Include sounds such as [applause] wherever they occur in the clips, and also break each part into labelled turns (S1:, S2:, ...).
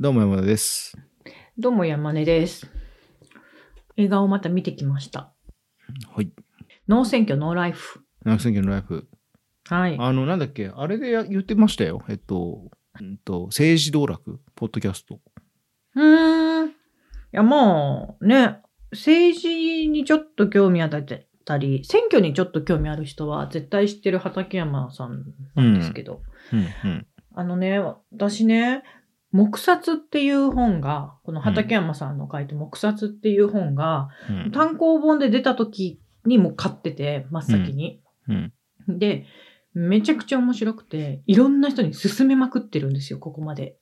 S1: どうも山田です。
S2: どうも山根です。映画をまた見てきました。
S1: はい。
S2: ノー選挙ノーライフ。
S1: 長崎のライフ。
S2: はい。
S1: あの、なんだっけ、あれでや言ってましたよ。えっと、うんと政治道楽、ポッドキャスト。
S2: うーん。いや、まあ、ね、政治にちょっと興味あったり、選挙にちょっと興味ある人は絶対知ってる畠山さんなんですけど、
S1: うんうん。
S2: あのね、私ね、黙殺っていう本が、この畠山さんの書いて黙殺っていう本が、
S1: うん
S2: 単行本で出た時にもう買ってて、真っ先に。
S1: うん。
S2: で、めちゃくちゃ面白くて、いろんな人に勧めまくってるんですよ、ここまで。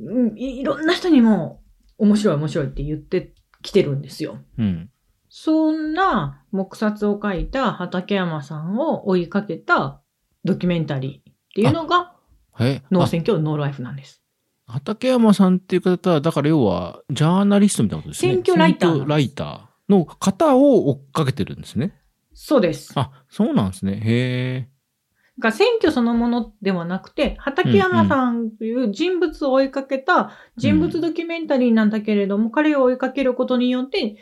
S2: うんいいろんな人にも、面白い面白いって言ってきてるんですよ。
S1: うん。
S2: そんな、黙殺を書いた畠山さんを追いかけたドキュメンタリーっていうのが、
S1: え
S2: 脳選挙ノーライフなんです。
S1: あ畠山さんっていう方は、だから要は、ジャーナリストみたいなことですね。
S2: 選挙ライター
S1: 選挙ライターの方を追っかけてるんですね。
S2: そうです。だか
S1: あ、そうなんですね。へ
S2: ら選挙そのものではなくて、畠山さんという人物を追いかけた人物ドキュメンタリーなんだけれども、彼を追いかけることによって、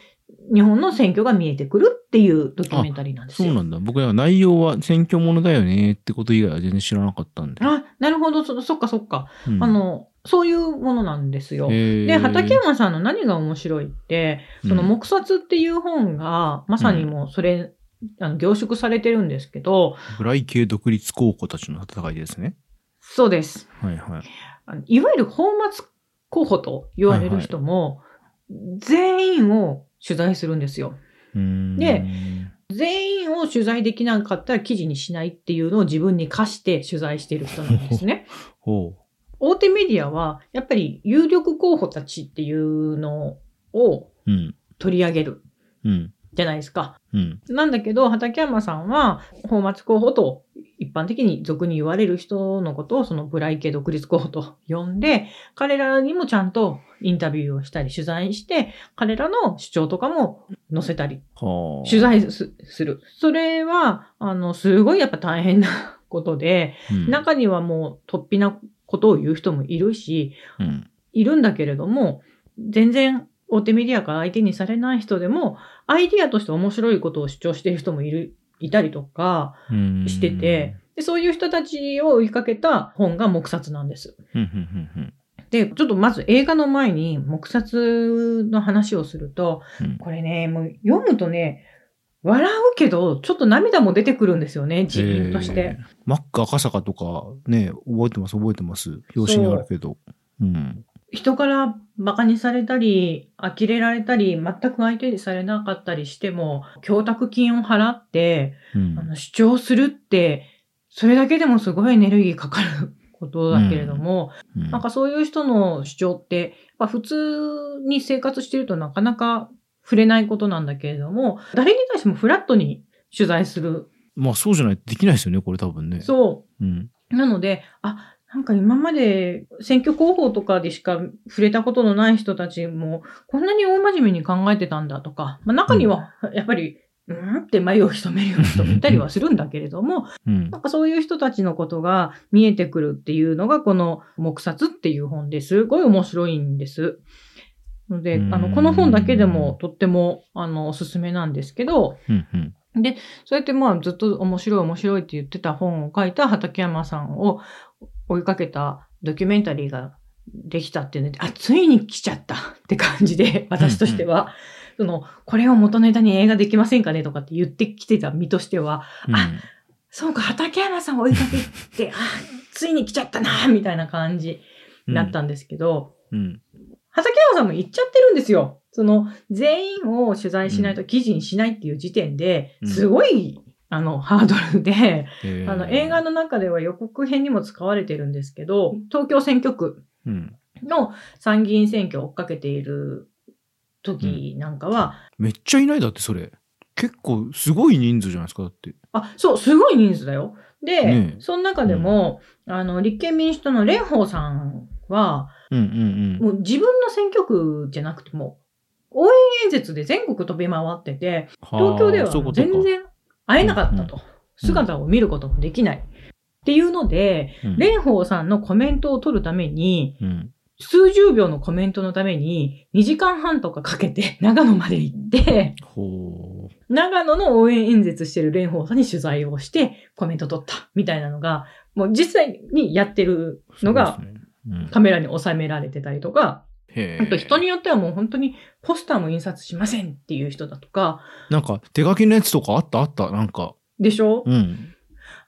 S2: 日本の選挙が見えてくるっていうドキュメンタリーなん
S1: え。
S2: です
S1: そう
S2: よ。
S1: なんだ。僕は内容は選挙ものだよねってこと以外は全然知らなかったんで。
S2: あ、なるほど、そそっかそっか、
S1: うん
S2: あ、の、そういうものなんですよ。で、
S1: で
S2: 畠山さんの何が面白いって、その、黙殺っていう本が、まさにもうそれ、あの凝縮されてるんですけど、
S1: フライ系独立候補たちの戦いですね。
S2: そうです。
S1: はいはい。
S2: あのいわゆる泡沫候補と言われる人も、全員を取材するんですよ。
S1: うーん
S2: で、全員を取材できなかったら記事にしないっていうのを自分に課して取材している人なんですね。
S1: ほ
S2: 大手メディアは、やっぱり有力候補たちっていうのを
S1: う。うん。
S2: 取り上げる
S1: うん。
S2: じゃないですか。
S1: うん。
S2: なんだけど、畠山さんは、泡沫候補と一般的に俗に言われる人のことを、そのブライ系独立候補と呼んで、彼らにもちゃんとインタビューをしたり取材して、彼らの主張とかも載せたり、
S1: はあ。
S2: 取材すする。それは、あの、すごいやっぱ大変なことで、
S1: うん、
S2: 中にはもう突飛なことを言う人もいるし、
S1: うん。
S2: いるんだけれども、全然大手メディアから相手にされない人でも、アイディアとして面白いことを主張している人もいる、いたりとか
S1: うん
S2: してて、、でそういう人たちを追いかけた本が黙殺なんです。
S1: うんうんうん
S2: で、ちょっとまず映画の前に黙殺の話をすると、
S1: うん
S2: これね、もう読むとね、笑うけど、ちょっと涙も出てくるんですよね、じーンとし
S1: え。
S2: て
S1: ーマック赤坂とか、ね、覚えてます、覚えてます。表紙にあるけど。うん。
S2: 人から馬鹿にされたり、呆れられたり、全く相手にされなかったりしても、供託金を払って、
S1: うん
S2: あの主張するって、それだけでもすごいエネルギーかかることだけれども、
S1: うん
S2: なんかそういう人の主張って、やっぱ普通に生活してるとなかなか触れないことなんだけれども、誰に対してもフラットに取材する。
S1: まあそうじゃないとできないですよね、これ多分ね。
S2: そう。
S1: うん。
S2: なので、あ、なんか今まで選挙広報とかでしか触れたことのない人たちも、こんなに大真面目に考えてたんだとか、まあ中には、やっぱり、うんって眉を潜めるような人もいたりはするんだけれ
S1: [laughs]
S2: ども、
S1: うん
S2: な。んかそういう人たちのことが見えてくるっていうのが、この、黙殺っていう本ですごい面白いんです。ので、あ
S1: うん
S2: の、この本だけでもとっても、あの、おすすめなんですけど、
S1: うん。うん。
S2: そうやってまあずっと面白い面白いって言ってた本を書いた畠山さんを追いかけたドキュメンタリーができたっていうので、あ、ついに来ちゃったって感じで、私としては、その、これを元ネタに映画できませんかねとかって言ってきてた身としては、あそうか、畠山さんを追いかけて、あ、ついに来ちゃったな、みたいな感じ
S1: うん
S2: になっ。たんですけど、
S1: うん。
S2: 畠山さんも言っちゃってるんですよ。その、全員を取材しないと記事にしないっていう時点で、
S1: うん
S2: すごい、あの、ハードルで、
S1: えー
S2: あの、映画。の中では予告編にも使われてるんですけど、東京選挙区
S1: うん。
S2: の参議院選挙を追っかけている時なんかは、
S1: めっちゃいないだって、それ。結構すごい人数じゃないですか、だって。
S2: あ、そう、すごい人数だよ。で、
S1: ねえ
S2: その中でも、あの、立憲民主党の蓮舫さんは、
S1: うんうんうん。
S2: もう自分の選挙区じゃなくても、応援演説で全国飛び回ってて、東京で
S1: あーそういうこ
S2: は
S1: とか
S2: 全然会えなかったと。姿を見ることもできない。っていうので、
S1: うん
S2: 蓮舫さんのコメントを取るために、
S1: うん。
S2: 数十秒のコメントのために、2時間半とかかけて [laughs] 長野まで行って、
S1: ほう。
S2: 長野の応援演説してる蓮舫さんに取材をして、コメント取った、みたいなのが、もう実際にやってるのが
S1: そうですね、うん
S2: カメラに収められてたりとか、
S1: へえ
S2: あと人によってはもう本当にポスターも印刷しませんっていう人だとか、
S1: なんか手書きのやつとかあったあったなんか
S2: でしょ
S1: うん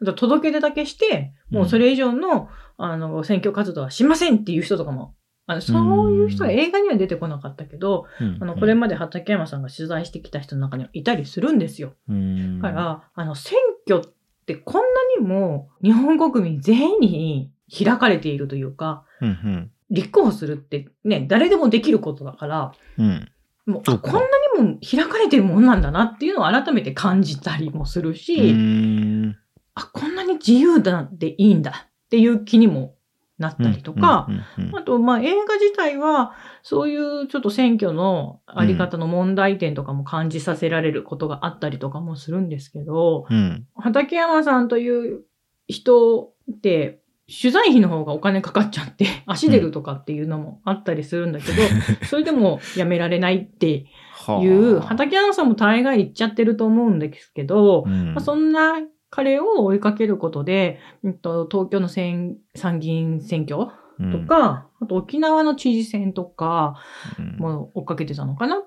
S2: あと届け出だけして、もうそれ以上の、あの、選挙活動はしませんっていう人とかも、あのそういう人は映画には出てこなかったけど、
S1: うん
S2: あの、これまで畠山さんが取材してきた人の中にはいたりするんですよ。
S1: うん
S2: だから、あの、選挙ってこんなにも日本国民全員に開かれているというか、
S1: うん
S2: 立候補するってね、誰でもできることだから、
S1: うんうん
S2: もう、
S1: そ
S2: あ
S1: うか
S2: こんなにも開かれてるもんなんだなっていうのを改めて感じたりもするし、
S1: うん
S2: あ、こんなに自由だでいいんだっていう気にもなったりとか、
S1: うんうんうん
S2: あと、まあ、映画自体は、そういうちょっと選挙のあり方の問題点とかも感じさせられることがあったりとかもするんですけど、
S1: うん
S2: 畠山さんという人って、取材費の方がお金かかっち
S1: [laughs]
S2: ゃって、足出るとかっていうのもあったりするんだけど、それでもやめられないって
S1: [laughs] はあ
S2: いう、畠山さんも大概行っちゃってると思うんですけど、
S1: うん
S2: まあ、そんな彼を追いかけることで、うんと、東京の選参議院選挙
S1: うん
S2: とか、あと沖縄の知事選とか
S1: うん
S2: も追っかけてたのかな。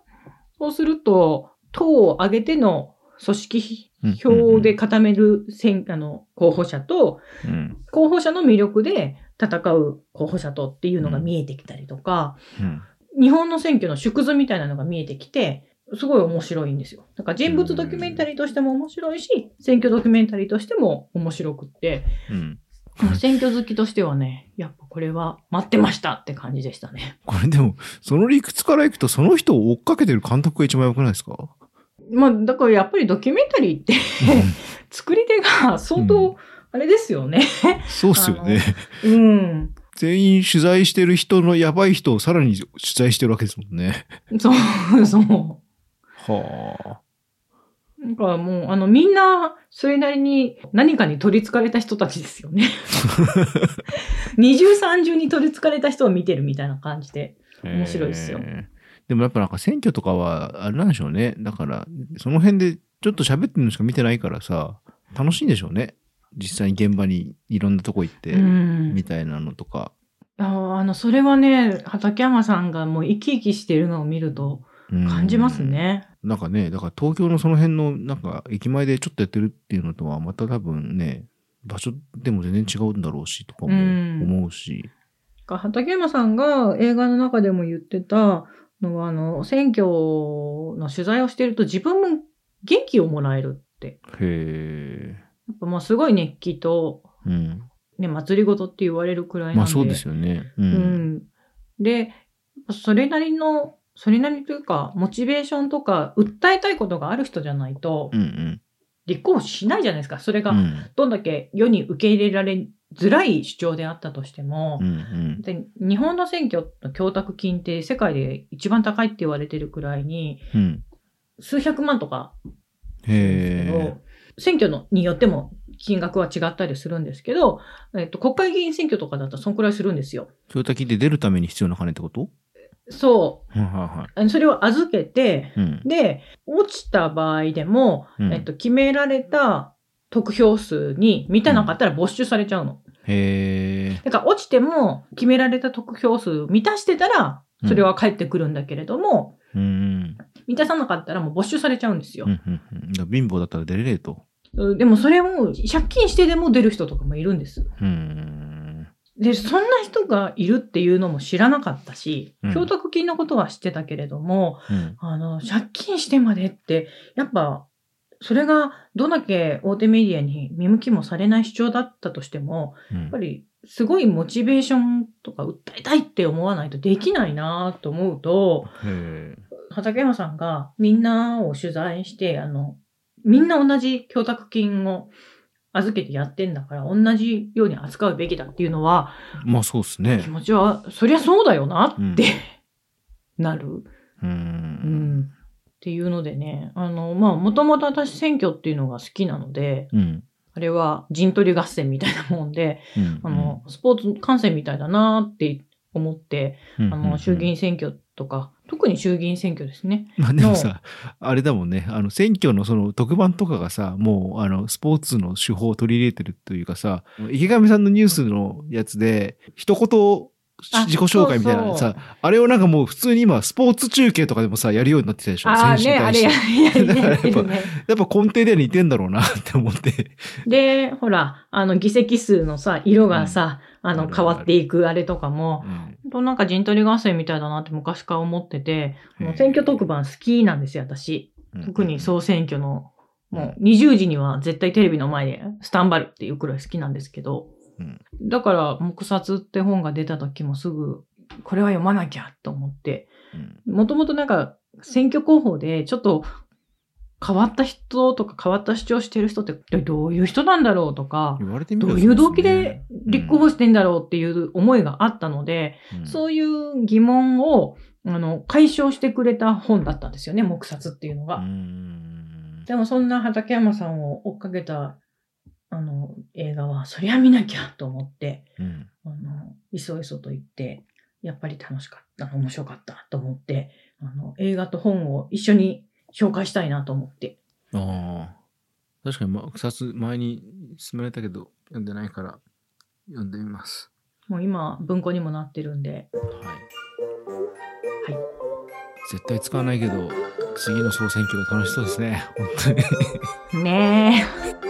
S2: そうすると、党を挙げての組織票で固める選、あの、候補者と、
S1: うん
S2: 候補者の魅力で戦う候補者とっていうのが見えてきたりとか、
S1: うん
S2: 日本の選挙の縮図みたいなのが見えてきて、すごい面白いんですよ。だから人物ドキュメンタリーとしても面白いし、選挙ドキュメンタリーとしても面白くって、
S1: うん
S2: 選挙好きとしてはね、やっぱこれは待ってましたって感じでしたね。
S1: これでもその理屈からいくとその人を追っかけてる監督が一番良くない
S2: [laughs]
S1: ですか
S2: まあ、だからやっぱりドキュメンタリーって、 [laughs] 作り手が相
S1: うん
S2: 当、あれですよね。
S1: そうっすよね
S2: うん。
S1: 全員取材してる人のやばい人をさらに取材してるわけですもんね
S2: [laughs] そう、そう。
S1: は
S2: なんかもう、あの、みんな、それなりに何かに取り憑かれた人たちです
S1: [laughs]
S2: よね。二重三重に取り憑かれた人を見てるみたいな感じで。
S1: あ
S2: 面白いっすよ
S1: えーでもやっぱなんか選挙とかはあれなんでしょうねだからその辺でちょっと喋ってるのしか見てないからさ楽しいんでしょうね実際に現場にいろんなとこ行って、
S2: うん
S1: み。たいなのとか、
S2: あーあの、それはね、畠山さんがもう生き生きしてるのを見ると
S1: うん
S2: 感じますね。
S1: なんかねだから東京のその辺のなんか駅前でちょっとやってるっていうのとはまた多分ね場所でも全然違うんだろうしとかも
S2: うん
S1: 思うし、
S2: か畠山さんが映画の中でも言ってたのは、あの、選挙の取材をしてると自分も元気をもらえるって。
S1: へえ
S2: やっぱまあすごい熱気と、
S1: うん
S2: ね、祭りごとって言われるくらいなんで。
S1: まあそうですよねう
S2: うんん、で、それなりの、それなりというか、モチベーションとか、訴えたいことがある人じゃないと
S1: う、ん
S2: 立候補しないじゃないですか。それ
S1: う
S2: が、
S1: ん
S2: どんだけ世に受け入れられづらい主張であったとしても
S1: うんう、ん
S2: で日本の選挙の供託金って世界で一番高いって言われてるくらいに、
S1: うん
S2: 数百万とかですけど
S1: へ
S2: 選挙のによっても金額は違ったりするんですけど、えっと、国会議員選挙とかだったらそんくらいするんですよ。
S1: え。そういう時で出るために必要な金ってこと
S2: そ
S1: はいはいは
S2: う。あのそれを預けて、
S1: い。うん。
S2: で、落ちた場合でも、
S1: うん
S2: えっと、決められた得票数に満たなかったら没収されちゃうの。
S1: へえ。
S2: だから落ちても決められた得票数満たしてたら、それは返ってくるんだけれども、
S1: うん。
S2: 満たさなかったらもう没収されちゃうんですよ
S1: うんう。んうん。だから貧乏だったら出れねえと。
S2: うんでもそれを借金してでも出る人とかもいるんです。
S1: うん。
S2: で、そんな人がいるっていうのも知らなかったし
S1: うん、
S2: 供託金のことは知ってたけれども、
S1: うん。
S2: あの、借金してまでって、やっぱ、それがどんだけ大手メディアに見向きもされない主張だったとしても、
S1: う
S2: やっ
S1: ん
S2: ぱりすごいモチベーションとか訴えたいって思わないとできないなと思うと、
S1: へえ。
S2: 畠山さんがみんなを取材して、あの、みんな同じ供託金を預けてやってんだから、同じように扱うべきだっていうのは、
S1: まあそうっす
S2: 気
S1: ね。
S2: 持ちは、そりゃそうだよなって、 [laughs] なる。
S1: う。
S2: うんんっていうのでね、あの、まあ、もともと私選挙っていうのが好きなので、
S1: うん。
S2: あれは陣取り合戦みたいなもんで、
S1: うん。
S2: あの、スポーツ観戦みたいだなって思って、
S1: うんうん
S2: あ
S1: うん
S2: の、衆議院選挙とか、特に衆議院選挙ですね。
S1: まあでもさ、あれだもんね、あの選挙のその特番とかがさ、もうあのスポーツの手法を取り入れてるというかさ、池上さんのニュースのやつで、一言
S2: あ
S1: 自己紹介みたいなのさ、
S2: そう
S1: あれをなんかもう普通に今、スポーツ中継とかでもさ、やるようになってきたでしょ、
S2: ああ
S1: 手
S2: ね、あれや、やりやってるね。
S1: [laughs] やっぱ根底では似てんだろうなって思
S2: [laughs]
S1: って。
S2: で、ほら、あの、議席数のさ、色がさ、あ
S1: あ
S2: の、
S1: るある
S2: 変わっていくあれとかも、
S1: うん
S2: ほんとなんか陣取り合戦みたいだなって昔から思ってて、もう選挙特番好きなんですよ、私。特に総選挙の、もう20時には絶対テレビの前でスタンバルっていうくらい好きなんですけど、
S1: うん
S2: だから、黙殺って本が出た時もすぐ、これは読まなきゃと思って、
S1: うん。
S2: もともとなんか選挙候補でちょっと変わった人とか変わった主張してる人ってどういう人なんだろうとか、
S1: 言われてみ
S2: ど
S1: れば
S2: う
S1: そ
S2: いう
S1: ですね
S2: 動機で立候補してんだろうっていう思いがあったので、
S1: うん
S2: そういう疑問をあの解消してくれた本だったんですよね、黙殺っていうのが。
S1: うん
S2: でもそんな畠山さんを追っかけたあの映画は、そりゃ見なきゃと思って、
S1: うん
S2: あの、いそいそと言って、やっぱり楽しかった、面白かったと思って、あの、映画と本を一緒に紹介したいなと思って。
S1: ああ。確かに、ま、草津前に勧められたけど、読んでないから、読んでみます。
S2: もう今、文庫にもなってるんで。
S1: はい。
S2: はい。
S1: 絶対使わないけど、次の総選挙が楽しそうですね。本当に。
S2: ねえ。